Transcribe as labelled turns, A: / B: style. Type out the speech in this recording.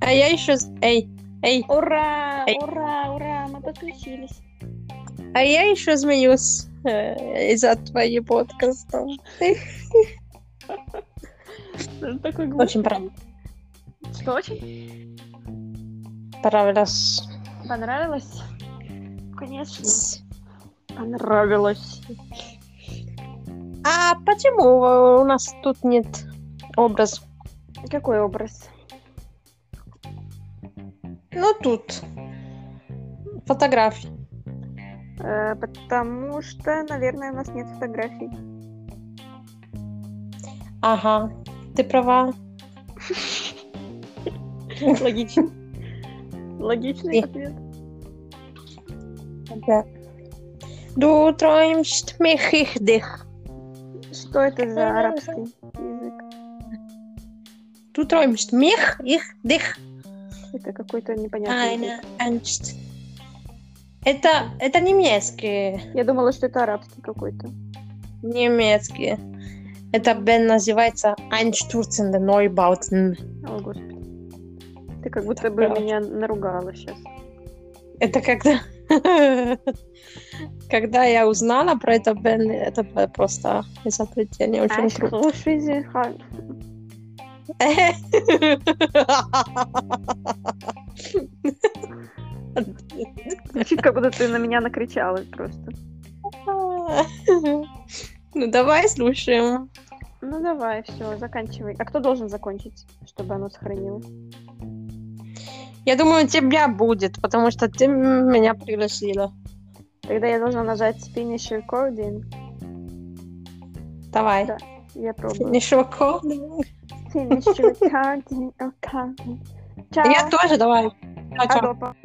A: А я еще... з- Эй, эй.
B: Ура,
A: Эй.
B: ура, ура, мы подключились.
A: А я еще змеюсь э, из-за твоей подкаста.
B: Это Такой глупый.
A: Очень прав-
B: Что, очень
A: понравилось.
B: понравилось? Конечно, понравилось.
A: А почему у нас тут нет образ?
B: Какой образ?
A: Ну, тут. Фотографии.
B: Э, потому что, наверное, у нас нет фотографий.
A: Ага, ты права.
B: Логично. Э. Логичный
A: Эх.
B: ответ.
A: Да. Du träumst mich ich dich.
B: Что это за арабский язык?
A: Du träumst mich ich dich.
B: Это какой-то непонятный
A: Eine
B: язык.
A: Angst. Это, это немецкий.
B: Я думала, что это арабский какой-то.
A: Немецкий. Это бен называется Einstürzende Neubauten.
B: О, господи. Ты как будто бы
A: Правда.
B: меня наругала сейчас.
A: Это когда... Когда я узнала про это бен, это было просто изобретение очень круто.
B: Слушайте, ха- звучит, как будто ты на меня накричала просто.
A: Ну давай слушаем.
B: Ну давай, все, заканчивай. А кто должен закончить, чтобы оно сохранилось?
A: Я думаю, у тебя будет, потому что ты меня пригласила.
B: Тогда я должна нажать finish recording.
A: Давай.
B: Да. Я пробую.
A: Финишевый код.
B: Finish recording. okay. Чао. А,
A: Я тоже, давай. Чао, чао.
B: Адопа.